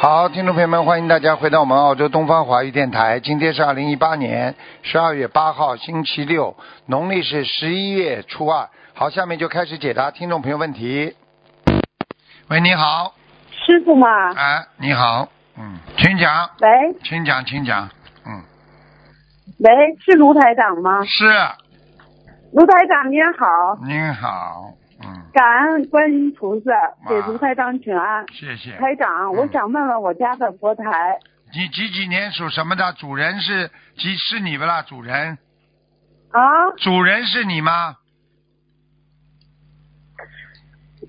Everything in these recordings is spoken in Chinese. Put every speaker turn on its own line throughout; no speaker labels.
好，听众朋友们，欢迎大家回到我们澳洲东方华语电台。今天是二零一八年十二月八号，星期六，农历是十一月初二。好，下面就开始解答听众朋友问题。喂，你好，
师傅嘛，
哎，你好，嗯，请讲，
喂
请讲，请讲，嗯，
喂，是卢台长吗？
是，
卢台长您好，
您好，嗯，
感恩观音菩萨
哇哎嗯
给卢台长请安。
谢谢。
台长，我想问问我家的佛台，
你几几年属什么的？主人是几是你不啦？主人，
啊，
主人是你吗？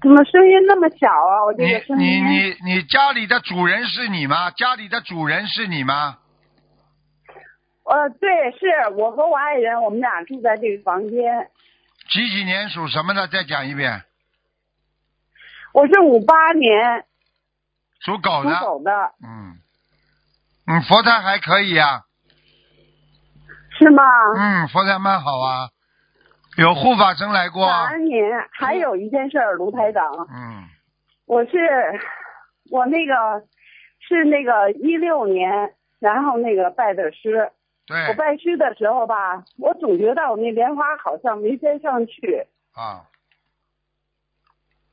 怎么声音那么小啊？我这
你
个声
你
音
你你家里的主人是你吗？家里的主人是你吗？
呃，对，是我和我爱人，我们俩住在这个房间。
几几年属什么的？再讲一遍，
我是五八年
属狗
出
的。
走的，
嗯，嗯，佛台还可以啊。
是吗？
嗯，佛台蛮好啊，有护法神来过。
感恩您。还有一件事儿，卢台长，
嗯，
我是我那个是那个一六年，然后那个拜的师。我
对
拜师的时候吧，我总觉得我那莲花好像没摘上去。
啊。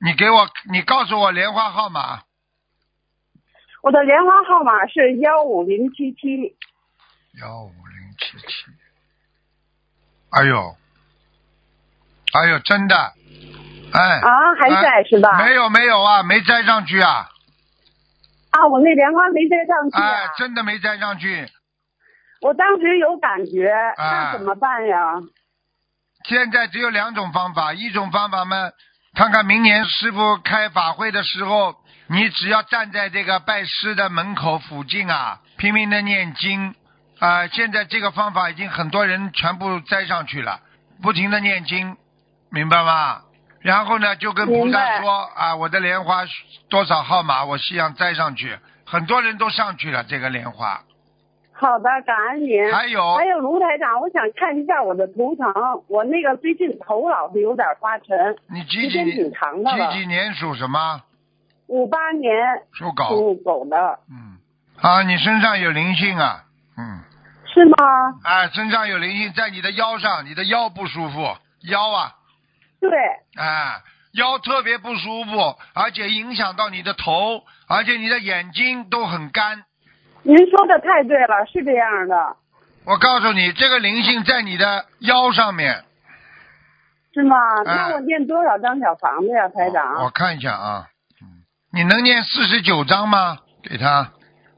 你给我，你告诉我莲花号码。
我的莲花号码是幺五零七七，
幺五零七七。哎呦，哎呦，真的，哎。
啊还在是吧
没有没有啊，没摘上去啊，
啊，我那莲花没摘上去、
哎
啊，。
真的没摘上去。
我当时有感觉，
啊
那怎么办呀？
现在只有两种方法，一种方法嘛，看看明年师傅开法会的时候，你只要站在这个拜师的门口附近啊，拼命的念经啊、现在这个方法已经很多人全部摘上去了，不停的念经，明白吗？然后呢，就跟菩
明
萨
白
说啊，我的莲花多少号码，我希望摘上去。很多人都上去了这个莲花，
好的，感恩您。
还有
还有卢台长，我想看一下我的图腾，我那个最近头老是有点发沉，
你几几
时间挺长的了
几。几年属什么？
五八年
属狗。
属狗的，
嗯，啊，你身上有灵性啊，嗯，
是吗？
哎，身上有灵性，在你的腰上，你的腰不舒服，腰啊，
对，
哎，腰特别不舒服，而且影响到你的头，而且你的眼睛都很干。
您说的太对了，是这样的，
我告诉你，这个灵性在你的腰上面，
是吗？
哎
那我念多少张小房子呀，台
我我
长？
看一下啊，嗯，你能念四十九章吗？给他，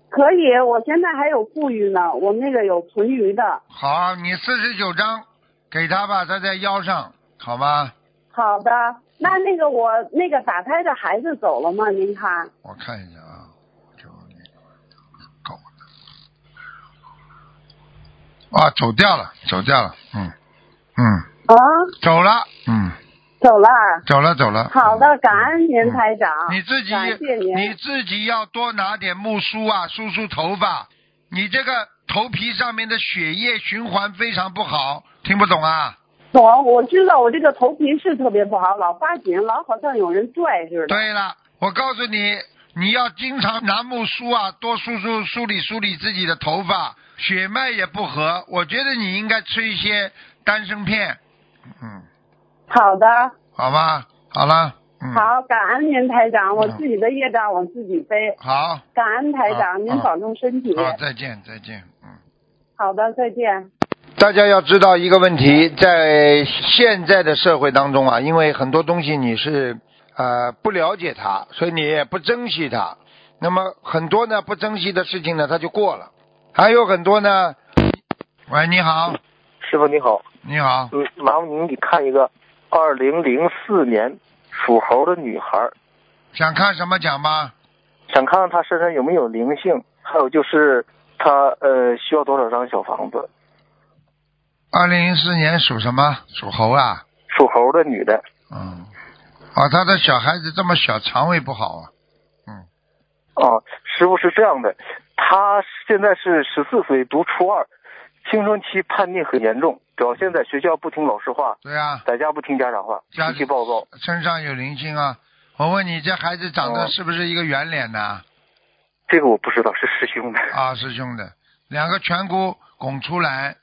可以，我现在还有富裕呢，我那个有存余的。
好，你四十九章给他吧，他在腰上，好吗？
好的，那那个我那个打胎的孩子走了吗？您看，
我看一下啊，就那个狗的，啊，走掉了，走掉了，嗯嗯，
啊，
走了，嗯，
走了。
走了走了。
好的，感恩您，
嗯
台长。
你自己
感谢您。
你自己要多拿点木梳啊，梳梳头发。你这个头皮上面的血液循环非常不好，听不懂啊？
懂，我知道我这个头皮是特别不好，老发紧，老好像有人拽似的。
对了，我告诉你，你要经常拿木梳啊，多梳梳梳理梳理自己的头发，血脉也不和。我觉得你应该吃一些丹参片，嗯，
好的，
好吧，好了，嗯，，
好，感恩您台长，我自己的业障我自己背。
好，
感恩台
好嗯
长，您
好
保重身体。
好，再见，再见，嗯。
好的，再见。
大家要知道一个问题，在现在的社会当中啊，因为很多东西你是呃不了解它，所以你也不珍惜它。那么很多呢不珍惜的事情呢，它就过了。还有很多呢，喂，你好，
师傅你好，
你好，
嗯，麻烦您给看一个二零零四年属猴的女孩，
想看什么讲吧？
想看看她身上有没有灵性，还有就是她呃需要多少张小房子？
二零零四年属什么？属猴啊，
属猴的女的，
嗯，啊，他的小孩子这么小，肠胃不好啊，
哦，师傅是这样的，她现在是十四岁，读初二，青春期叛逆很严重，表现在学校不听老师话，
对啊，
在家不听家长话，
家
脾气暴躁，
身上有灵性啊。我问你，这孩子长得
哦
是不是一个圆脸呢、
这个我不知道，是师兄的。
啊，师兄的，两个颧骨拱出来，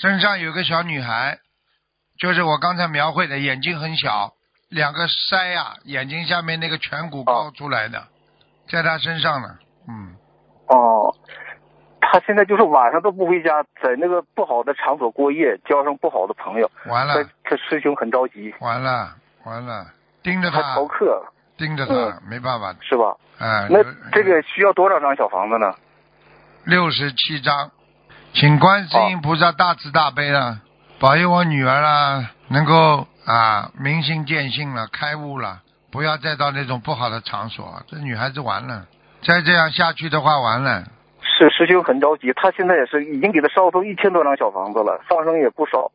身上有个小女孩，就是我刚才描绘的，眼睛很小，两个腮啊，眼睛下面那个颧骨高出来的，在她身上呢，嗯，
哦，他现在就是晚上都不回家，在那个不好的场所过夜，交上不好的朋友。
完
他
了，
他师兄很着急，
完了，完了，盯着
他
她
逃，课了，
盯着她，没办法，
是吧？
啊，
嗯那
有
这个需要多少张小房子呢？
六十七章，请观世音菩萨大慈大悲了，保佑我女儿啦，能够啊明心见性了，开悟了，不要再到那种不好的场所。这女孩子完了，再这样下去的话完了。
是师兄很着急，他现在也是已经给他烧成一千多张小房子了，放生也不少，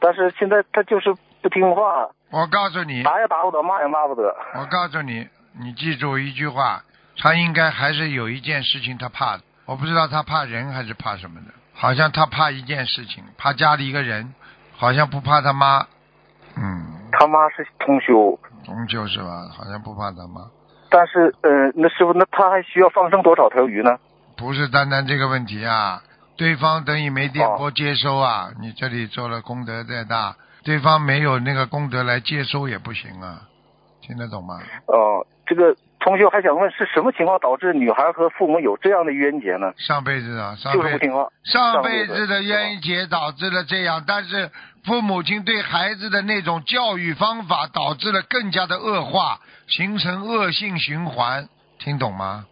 但是现在他就是不听话，
我告诉你，
打也打不得，骂也骂不得。
我告诉你，你记住一句话，她应该还是有一件事情她怕的，我不知道她怕人还是怕什么的，好像她怕一件事情，怕家里一个人，好像不怕他妈。嗯，
他妈是同修，
终究是吧，好像不怕他妈。
但是呃，那师傅，那他还需要放生多少条鱼呢？
不是单单这个问题啊，对方等于没
哦
电波接收啊，你这里做了功德再大，对方没有那个功德来接收也不行啊，听得懂吗？
哦、这个同修还想问，是什么情况导致女孩和父母有这样的冤结呢？
上辈子啊，上
就是
辈
不听话。
上
上
辈
辈子
子的冤结导致了这样，但是父母亲对孩子的那种教育方法导致了更加的恶化，形成恶性循环，听懂吗？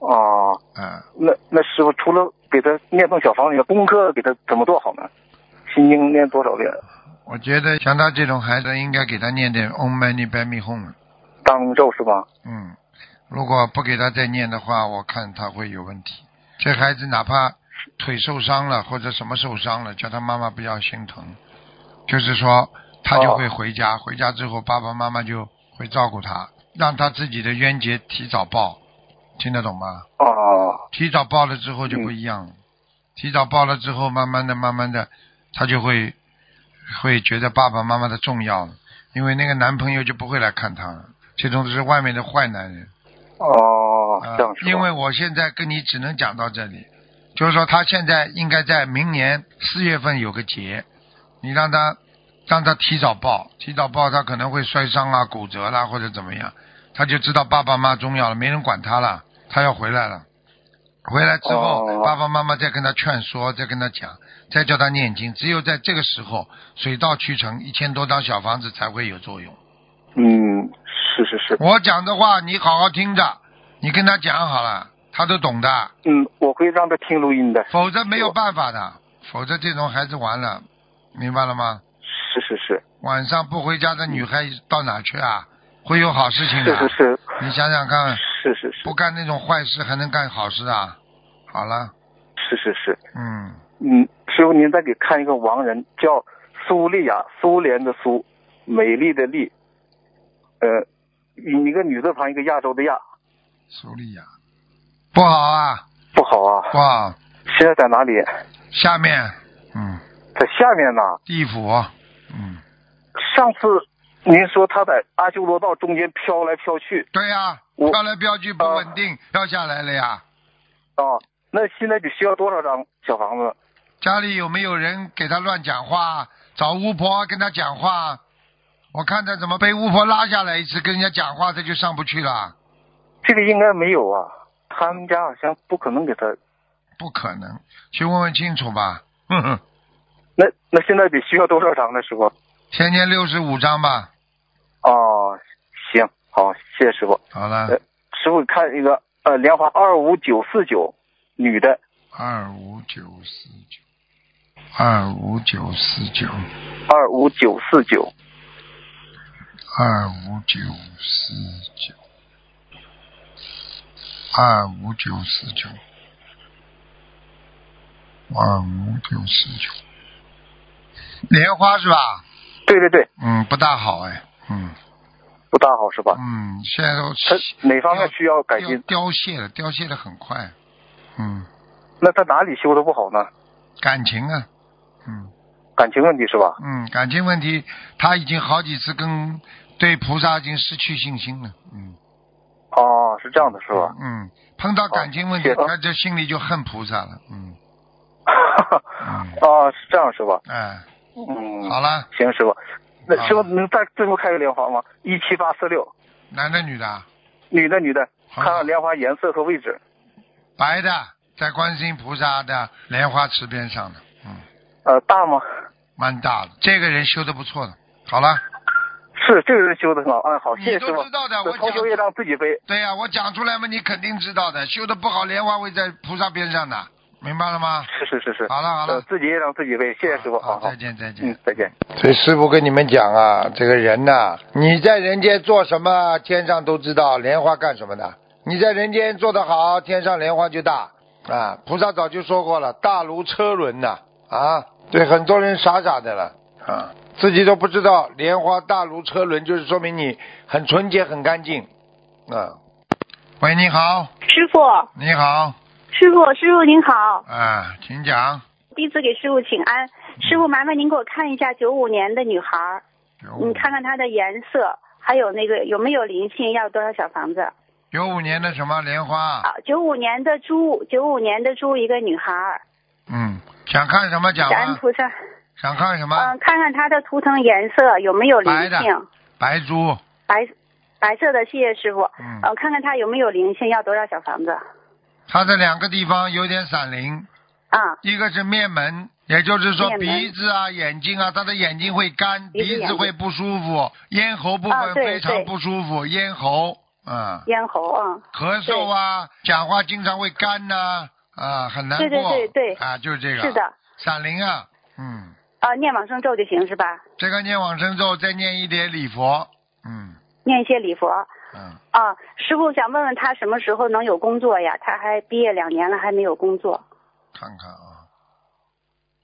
哦、
啊、
那那师傅除了给他念诵小房子，功课给他怎么做好呢？心经念多少遍？
我觉得像他这种孩子，应该给他念点 Om Mani p a m e Hum。
大明咒是吧？
嗯，如果不给他再念的话，我看他会有问题。这孩子哪怕腿受伤了或者什么受伤了，叫他妈妈不要心疼，就是说他就会回家，回家之后爸爸妈妈就会照顾他，让他自己的冤结提早报，听得懂吗？
哦、
提早报了之后就不一样了，提早报了之后，慢慢的、慢慢的，他就会会觉得爸爸妈妈的重要了，因为那个男朋友就不会来看他了，这种都是外面的坏男人。
哦，
啊
这样是吧
因为我现在跟你只能讲到这里，就是说他现在应该在明年四月份有个节，你让他让他提早报，提早报他可能会摔伤啊、骨折啦或者怎么样，他就知道爸爸妈妈重要了，没人管他了，他要回来了。回来之后，
哦
爸爸妈妈再跟他劝说，再跟他讲，再叫他念经。只有在这个时候，水到渠成，一千多张小房子才会有作用。
嗯，是是是，
我讲的话，你好好听着，你跟他讲好了，他都懂的。
嗯，我会让他听录音的，
否则没有办法的，否则这种孩子完了，明白了吗？
是是是，
晚上不回家的女孩到哪去啊？会有好事情
是
的。
是是，
你想想看，
是是是
嗯啊不干那种坏事还能干好事啊？好了，
是是是，
嗯，
嗯，师傅您再给看一个亡人，叫苏丽雅，苏联的苏，美丽的丽，呃，一个女字旁一个亚洲的亚，
苏丽亚，不好啊，
不好啊，
不好，
现在在哪里？
下面，嗯，
在下面呢。
地府，嗯，
上次您说他在阿修罗道中间飘来飘去
对呀、
我
飘来飘去不稳定，掉下来了呀。
啊，那现在得需要多少张小房子？
家里有没有人给他乱讲话？找巫婆啊跟他讲话，我看他怎么被巫婆拉下来一次，跟人家讲话，他就上不去了。
这个应该没有啊，他们家好像不可能给他。
不可能，去问问清楚吧。 哼哼，
那那现在得需要多少张呢，师傅？
先念六十五章吧。
哦，行，好，谢谢师傅。
好了
呃，，师傅看一个呃，莲花二五九四九，女的，
二五九四九，二五九四九，
二五九四九，
二五九四九，二五九四九，二五九四九，莲花是吧？
对对对，
嗯，不大好哎，嗯
不大好是吧？
嗯，现在都
他哪方面需要改
凋
进？
凋谢了，凋谢的很快，嗯，
那他哪里修的不好呢？
感情啊，嗯
感情问题是吧？
嗯，感情问题，他已经好几次跟对菩萨已经失去信心了，嗯，
哦，是这样的，是吧？
嗯，碰到感情问题，
哦谢谢
他这心里就恨菩萨了。嗯， 嗯
啊，是这样是吧？
哎，
嗯，
好了，
行，师傅。那
好
师傅能再最后开个莲花吗？一七八四六，
男的女的啊，
女的女的，
好
看看莲花颜色和位置。
白的，在观世音菩萨的莲花池边上的，嗯，
呃，大吗？
蛮大的。这个人修的不错的。好了，
是这个人修的很好，嗯，好，谢
你
谢师
都知
傅。
道的，我
同
讲
修业障自己背。
对呀、我讲出来嘛，你肯定知道的。修的不好，莲花会在菩萨边上的，明白了吗？
是是是是。
好了好了
呃，自己业障自己背，谢谢师傅。好
好，
好
再，见再见。
嗯，再见。
所以师傅跟你们讲啊，这个人呐、你在人间做什么，天上都知道；莲花干什么的？你在人间做得好，天上莲花就大啊！菩萨早就说过了，大如车轮呐啊对，很多人傻傻的了啊，自己都不知道莲花大如车轮，就是说明你很纯洁、很干净啊。喂，你好，
师傅，
你好，
师傅，师傅您好，
啊，请讲。
弟子给师傅请安。
嗯
师傅，麻烦您给我看一下九五年的女孩儿，
哦
你看看她的颜色，还有那个有没有灵性，要多少小房
啊
子？
九五年的什么莲花？
啊，九五年的猪，九五年的猪，一个女孩儿，
嗯，想看什么讲
感恩
吗？
菩萨。
想看什
嗯、
么？
看看她的图腾颜色有没有灵
白的
性，
白猪。
白白色的，谢谢师傅。
嗯
呃，看看她有没有灵性，要多少小房子？
他这两个地方有点闪灵，
啊，
一个是面门，也就是说
面门
鼻子啊、眼睛啊，他的眼睛会干，
鼻子
鼻
眼
子
睛
会不舒服，咽喉部分
啊对
非常
对
不舒服，咽喉，嗯，
咽喉啊，
咳嗽啊，讲话经常会干呐、啊，很难过，
对对对对
啊，就是这个，
是，的，
闪灵啊，嗯，
啊，念往生咒就行是吧？
这个念往生咒，再念一点礼佛，嗯
念一些礼佛。
嗯，
啊，师傅想问问他什么时候能有工作呀？他还毕业两年了，还没有工作。
看看啊，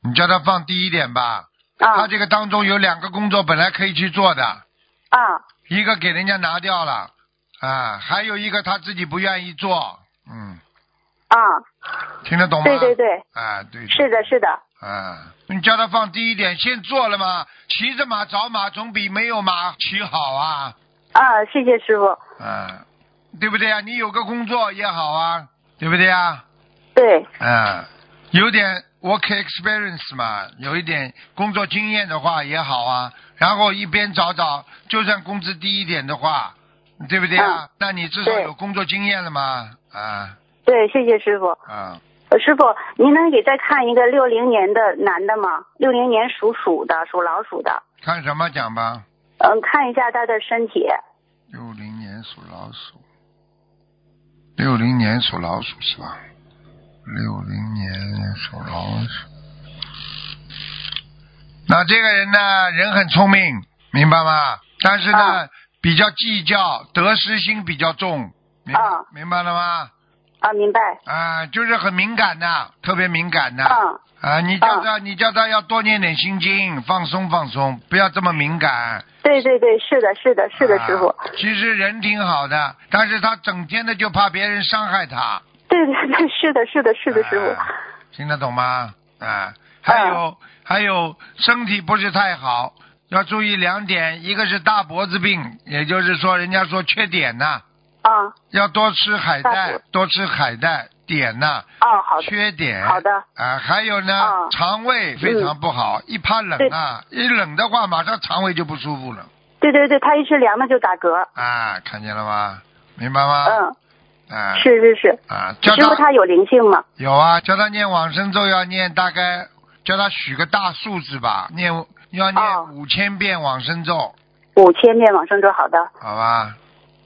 你叫他放低一点吧，他
啊
这个当中有两个工作本来可以去做的，
啊
一个给人家拿掉了，啊，还有一个他自己不愿意做，嗯，
啊！
听得懂吗？
对对，对，
啊，对，
是的，是的，
啊，你叫他放低一点，先做了嘛，骑着马找马总比没有马 骑好啊，
啊，谢谢师傅。
啊，对不对啊？你有个工作也好啊，对不对啊？
对，
啊，有点 work experience 嘛，有一点工作经验的话也好啊。然后一边找找，就算工资低一点的话，对不对啊？那你至少
对
有工作经验了嘛？啊
对，谢谢师傅。
啊，
呃师傅，您能给再看一个六零年的男的吗？六零年属鼠的，属老鼠的。
看什么讲吧。
嗯，看一下他的身体。
六零年属老鼠，六零年属老鼠是吧？六零年属老鼠。那这个人呢，人很聪明，明白吗？但是呢，
啊
比较计较，得失心比较重，明白、
啊
明白了吗？
啊，明白。
啊，就是很敏感的，特别敏感的。
啊
啊，你叫他，你叫他要多念点心经，放松放松，不要这么敏感。
对对对，是的，是的，是的，师傅
啊。其实人挺好的，但是他整天的就怕别人伤害他，
对对对，是的，是的，是的，师
啊
傅。
听得懂吗？啊，还有、
嗯
还有，身体不是太好，要注意两点，一个是大脖子病，也就是说人家说缺碘呐、
啊
要多吃海
大
带
脖，
多吃海带，碘呐、
哦，好的。
缺碘。
好的嗯
啊，还有呢，
啊
肠胃非常不好，一怕冷啊，一冷的话马上肠胃就不舒服了
对对对，他一吃凉的就打嗝。
啊，看见了吗？明白吗？
嗯，
啊，
是是是。
啊，叫
师傅
他
他有灵性吗？
有啊，叫他念往生咒要念大概，叫他许个大数字吧，念要
哦
念五千遍往生咒，
五千遍往生咒，好的。
好吧？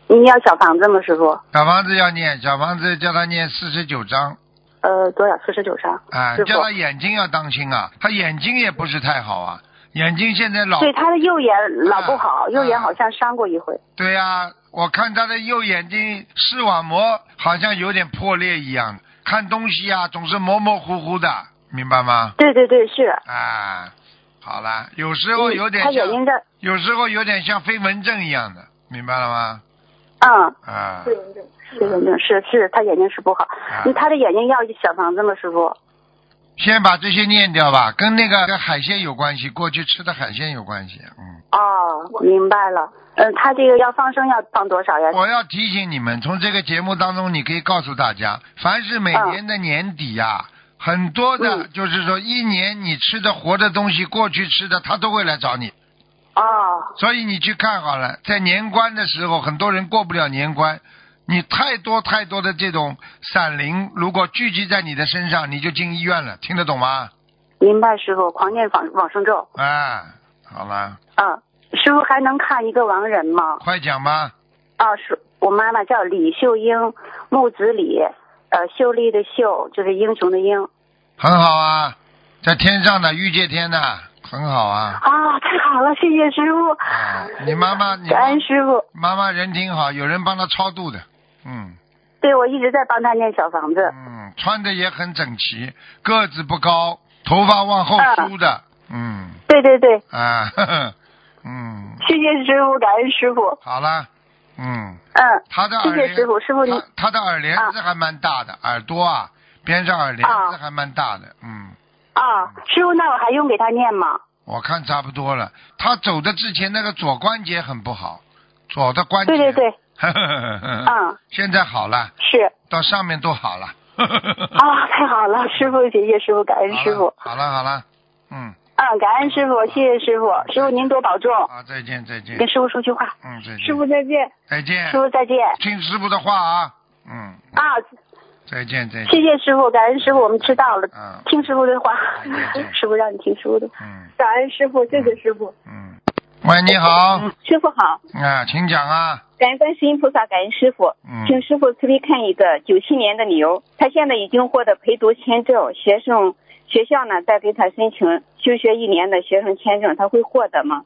您要小房子吗，师傅？
小房子要念，小房子叫他念四十九章
呃，多少？四十九张。
啊，
师傅
叫他眼睛要当心啊，他眼睛也不是太好啊，眼睛现在老
对，他的右眼老不
啊
好，右眼好像伤过一回。
对呀、我看他的右眼睛视网膜好像有点破裂一样，看东西啊总是模模糊糊的，明白吗？
对对对，是。
啊，好了，有时候有点
嗯他
像。
眼睛的，
有时候有点像飞蚊症一样的，明白了吗？
嗯，
啊，
是眼睛是是，他眼睛是不好
啊。
嗯他的眼睛要小房子吗，师傅？
先把这些念掉吧，跟那个跟海鲜有关系，过去吃的海鲜有关系。嗯，
哦，我明白了。嗯，他这个要放生要放多少呀？
我要提醒你们，从这个节目当中，你可以告诉大家，凡是每年的年底呀、很多的，就是说一年你吃的活的东西，过去吃的，他都会来找你。嗯
哦，
所以你去看好了，在年关的时候，很多人过不了年关，你太多太多的这种散灵，如果聚集在你的身上，你就进医院了，听得懂吗？
明白，师傅，狂念往往生咒。
哎，好了，
嗯，师傅还能看一个亡人吗？
快讲吧。
啊，是我妈妈叫李秀英，木子李，呃，秀丽的秀就是英雄的英。
很好啊，在天上的御界天呐、很好啊。
啊，太好了，谢谢师傅。
啊，你妈妈，你
感恩师傅，
妈妈人挺好，有人帮她超度的，嗯
对我一直在帮他念小房子。
嗯，穿的也很整齐，个子不高，头发往后梳的，嗯
对对对，
啊， 呵呵嗯，
谢谢师傅，感恩师傅。
好了，嗯，
嗯，
她的
谢
耳
谢
帘
师，傅，师傅您啊
她她的耳帘子还蛮大的，耳朵啊边上耳帘子还蛮大的，嗯，
啊，师傅，那我还用给他念吗？
我看差不多了。她走的之前那个左关节很不好，左的关节，
对对对，
呵呵呵呵呵，
嗯，
现在好了。
是
到上面都 好了。
啊，太好了，师傅，谢谢师傅，感恩师傅，
好了啊好了好了，嗯，
嗯，感恩师傅，谢谢师傅，师傅您多保重，
好，再见再见
哦跟，师傅说句话，
嗯再见，
师傅再见，
再见
师，傅再见，
听师傅的话啊，嗯，
啊，
再见再见，
谢谢师傅，感恩师傅，我们知道了，
嗯
听师傅的话
再见，
师傅让你听师傅的，
嗯
感恩师傅，谢谢师傅，
嗯，喂你好，
嗯
师傅好，
啊，请讲啊，
感恩观世音菩萨，感恩师傅，
嗯
请师傅慈悲看一个九七年的牛，他现在已经获得陪读签证，学生学校呢在给他申请休学一年的学生签证，他会获得吗？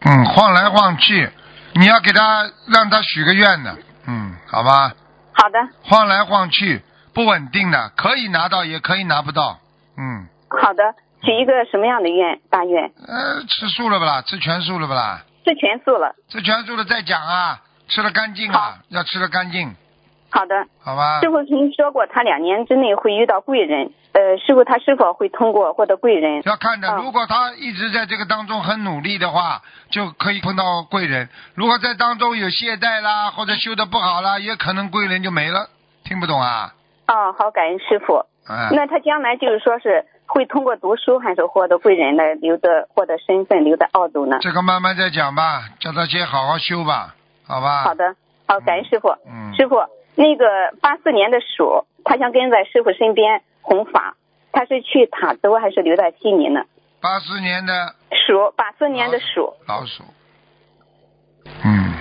嗯，晃来晃去，你要给他让他许个愿的，嗯，好吧，
好的，
晃来晃去不稳定的，可以拿到也可以拿不到，嗯，
好的，许一个什么样的愿？大愿
呃，吃素了不啦？吃全素了不啦？
是全素了。
吃全素了再讲啊，吃的干净啊，要吃的干净，
好的，
好吧
师？傅曾说过他两年之内会遇到贵人，呃，师傅他是否会通过获得贵人？
要看的，
嗯
如果他一直在这个当中很努力的话，就可以碰到贵人；如果在当中有懈怠啦，或者修的不好啦，也可能贵人就没了。听不懂啊？
哦，好，感恩师傅。
啊、
那他将来就是说是会通过读书，还是获得贵人来留的获得身份，留在澳洲呢？
这个慢慢再讲吧，叫他先好好修吧，好吧？
好。的，好，感恩师傅。
啊嗯，
师傅，那个八四年的鼠，他想跟在师傅身边弘法，他是去塔州还是留在悉尼呢？
八四年的
鼠，八四年的鼠，
老鼠。嗯，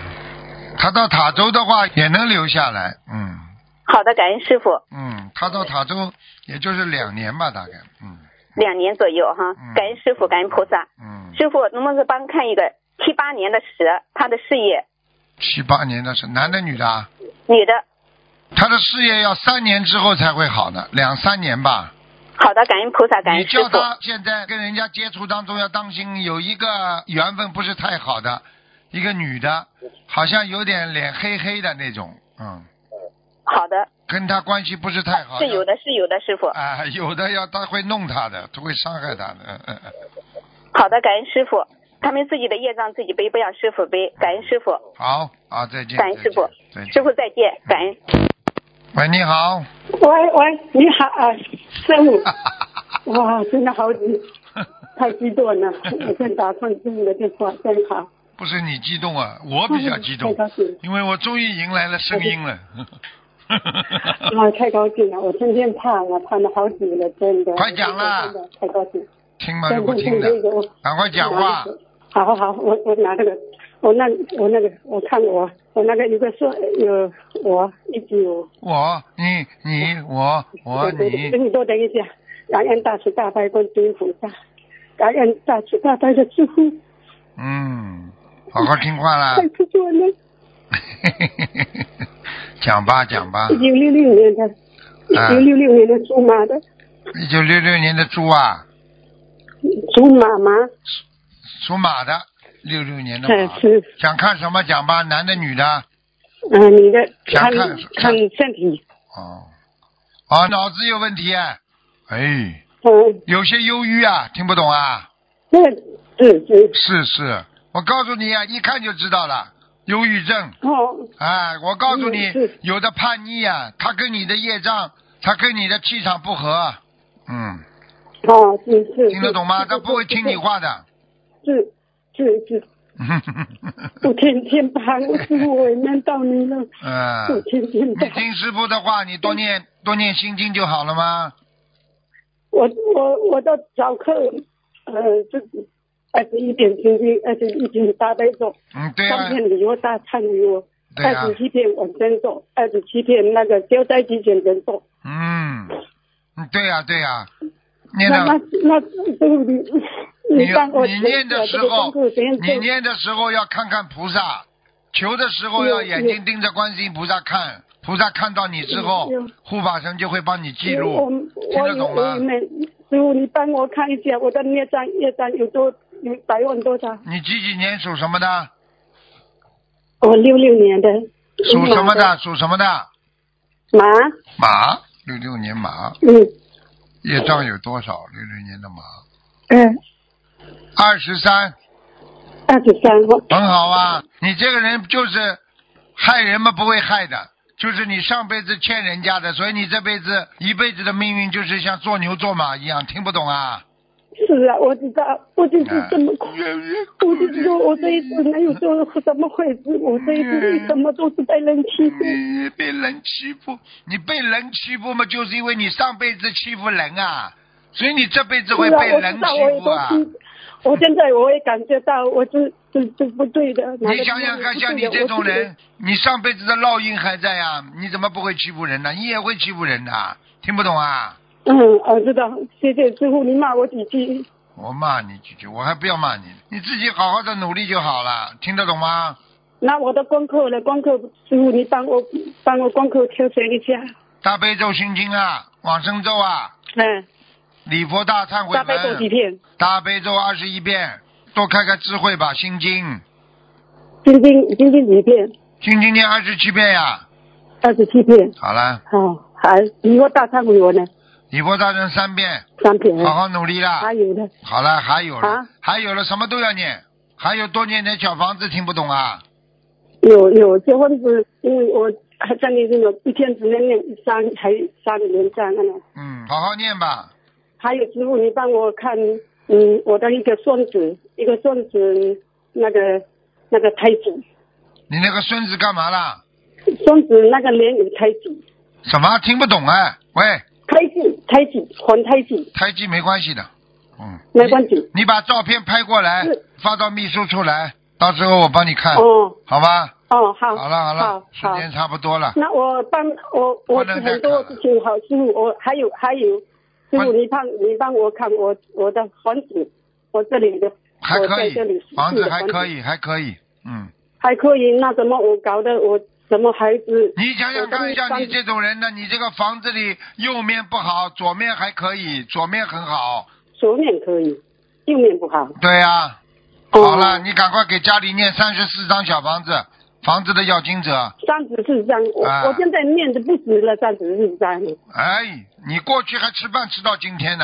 他到塔州的话也能留下来。嗯
好的，感恩师傅，
嗯，他到塔州也就是两年吧，大概。嗯
两年左右哈
嗯，
感恩师傅，感恩菩萨。
嗯，
师傅，能不能帮看一个七八年的蛇，他的事业，
七八年的是男的女的啊？
女的？
他的事业要三年之后才会好的，两三年吧。
好的，感恩菩萨，感
你
恩师
叫
傅。
他现在跟人家接触当中要当心，有一个缘分不是太好的，一个女的，好像有点脸黑黑的那种，嗯，
好的，
跟他关系不是太好。
是有的，是有的，师傅。
啊、有的要他会弄他的，他会伤害他的。嗯嗯嗯
好的，感恩师傅。他们自己的业障自己背，不让师傅背。感恩师傅，
好，好，再见。
感恩师傅
再见。
师傅再见，感恩。
喂，你好。
喂喂，你好啊，师傅，哇，真的好，太激动了，我正打通你的电话，真好，
不是你激动啊，我比较激动
太，高兴了。
因为我终于迎来了声音了。嗯
啊，太高兴了！我天天盼了，盼了好久了，真的。
快讲啦
真的太高兴了，
听 吗？
真
不
的
听
真
的
的，我
赶快讲话。
拿这个。好好，我我拿这个，我那我那个，我看我我那个一个说有我一九，
我、你、你、我、我、
对对
你
对，，你多等一下，感恩大慈大悲观世音菩萨，感恩大慈大悲的师傅，
嗯，好好听话啦
太。慈救了。
讲吧，讲吧
一。九六六年的，一
啊
九六六年的属马的，
一九六六年的猪啊，
属马吗？
属马的，六六年的
嗯
马。
是，
想看什么讲吧，男的女的？
嗯，你的
想
看
看
看身体。
哦，哦，脑子有问题啊！哎，
嗯，
有些忧郁啊，听不懂啊？
那是是
是是，我告诉你啊，一看就知道了，忧郁症。
哦，
哎，我告诉你
嗯是，
有的叛逆啊，他跟你的业障，他跟你的气场不合，嗯，
哦，是是
听得懂吗？他不会听你，话的。
是是是 是，我天天怕，我师傅为难到你了，我
嗯，
天天
你
怕，
听师傅的话，你多
嗯
念多念心经就好了吗？
我我我到早课，呃，就二十一点心经，二十一点大悲咒，
嗯，对啊
三，片礼物大忏礼物，
对啊
二十七片往生咒，二十七片那个消灾吉祥神咒。
嗯，嗯对呀、对呀、念
那
到
那那这个你
你
你帮我
你念的时候，你念的时候要看看菩萨，求的时候要
有
眼睛盯着观世音菩萨看，菩萨看到你之后
有有，
护法神就会帮你记
我
录，听得懂吗
我？有师傅，你帮我看一下我的孽障业障有多有百万多少？
你几几年属什么的？
我六六年的。
属什么
马的？
的？属什么的？
马，
马，六六年马，
嗯
业障有多少？六六年的马，
嗯，
二十三，
二十三号。
很好啊。你这个人就是害人嘛，不会害的，就是你上辈子欠人家的，所以你这辈子一辈子的命运就是像做牛做马一样，听不懂啊？
是啊，我知道，我就是这么苦，我就是说我这一次没有做什么坏事，
嗯
我这一次什么都是被人欺负。
你被人欺负，你被人欺负嘛，就是因为你上辈子欺负人啊，所以你这辈子会
是啊，
被
我
人
知道，我
欺
也
负
都
啊。
知。我现在我也感觉到，我这这这不对的。哪
你
个地方
想想看，
不
像你
对的
这种，
我
人，你上辈子的烙印还在呀、你怎么不会欺负人呢？你也会欺负人的、听不懂啊？
自己嗯，我知道，谢谢师傅，你骂我几句。
我骂你几句，我还不要骂你，你自己好好的努力就好了，听得懂吗？
那我的功课呢？功课师傅，你帮我帮我功课调整一下。
大悲咒心经啊，往生咒啊，
嗯，
礼佛大忏悔
大概多几
文，
片？
大悲咒二十一遍，多开开智慧吧，心经，
今天今天几片？
心经念二十七遍呀、
二十七片。哦
好了，
好，还你我大忏悔文呢？
礼佛大忏三遍，
三片。
好好努力啦。
还有呢？
好了，还有了，
啊
还有了，什么都要念，还有多念点小房子，听不懂啊？
有有结婚是因为我还在那个一天只能念三还三年这样呢。
嗯，好好念吧。
还有师傅，你帮我看，嗯，我的一个孙子，一个孙子那个那个胎记，
你那个孙子干嘛啦？
孙子那个脸有胎记，
什么听不懂啊？喂，
胎记胎记黄胎记，
胎记没关系的，嗯，
没关系。
你把照片拍过来
是，
发到秘书处来，到时候我帮你看，
哦
好吧？
哦，好，
好了好了
好，
时
好。
间差不多了，
那我帮我
不
我
能再
很多
啊看了啊
事情好，师傅，我还有还有，师
不
傅你帮你帮我看我我的房子，我这里的
还
我
可
在
以
这里，
房
住
子
的
还可
房子，
以，还可以，嗯，
还可以。那怎么我搞的我什么孩子？
你想想看，像你这种人呢，你这个房子里右面不好，左面还可以，左面很好，
左面可以，右面不好。
对呀、
哦
好了，你赶快给家里念三十四张小房子，房子的要经者。
三十四张，我、
啊
我现在念的不止了，三十四张。
哎，你过去还吃饭吃到今天呢，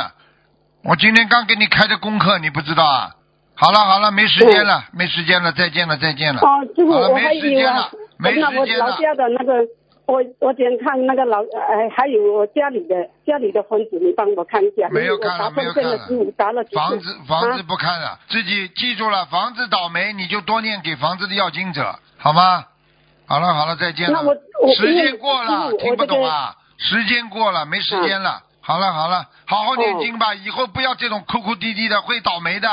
我今天刚给你开的功课，你不知道啊？好了好了，没时间了，没时间了，再见了再见了。
哦，师傅，
好了
我
没
还
时
以为
间了没时
那我
间了
老家的那个，我我想看那个老，呃，还有我家里的家里的房子，你帮我看一下。
没有
因为我
看了
打
没有
算
看了
跟了师傅打了几次
房子房子
啊
不看了，自己记住了，房子倒霉你就多念给房子的要经者，好吗？好了好了，再见了
那我我。
时间过
因为
了，
我啊
听不懂啊？时间过了，没时间了。好了好了，好好
哦
念经吧，以后不要这种哭哭啼啼的，会倒霉的。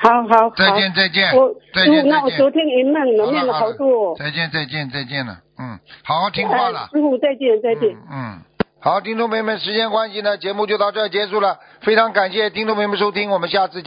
好好好。
再见再见
我
再
师
见
傅，那
再
我
见
昨天也梦了，念了好多。
再见再见再见了，嗯，好好听话
哎
了，，
师傅再见再见。
嗯。嗯好，听众朋友们，时间关系呢，节目就到这儿结束了。非常感谢听众朋友们收听，我们下次见。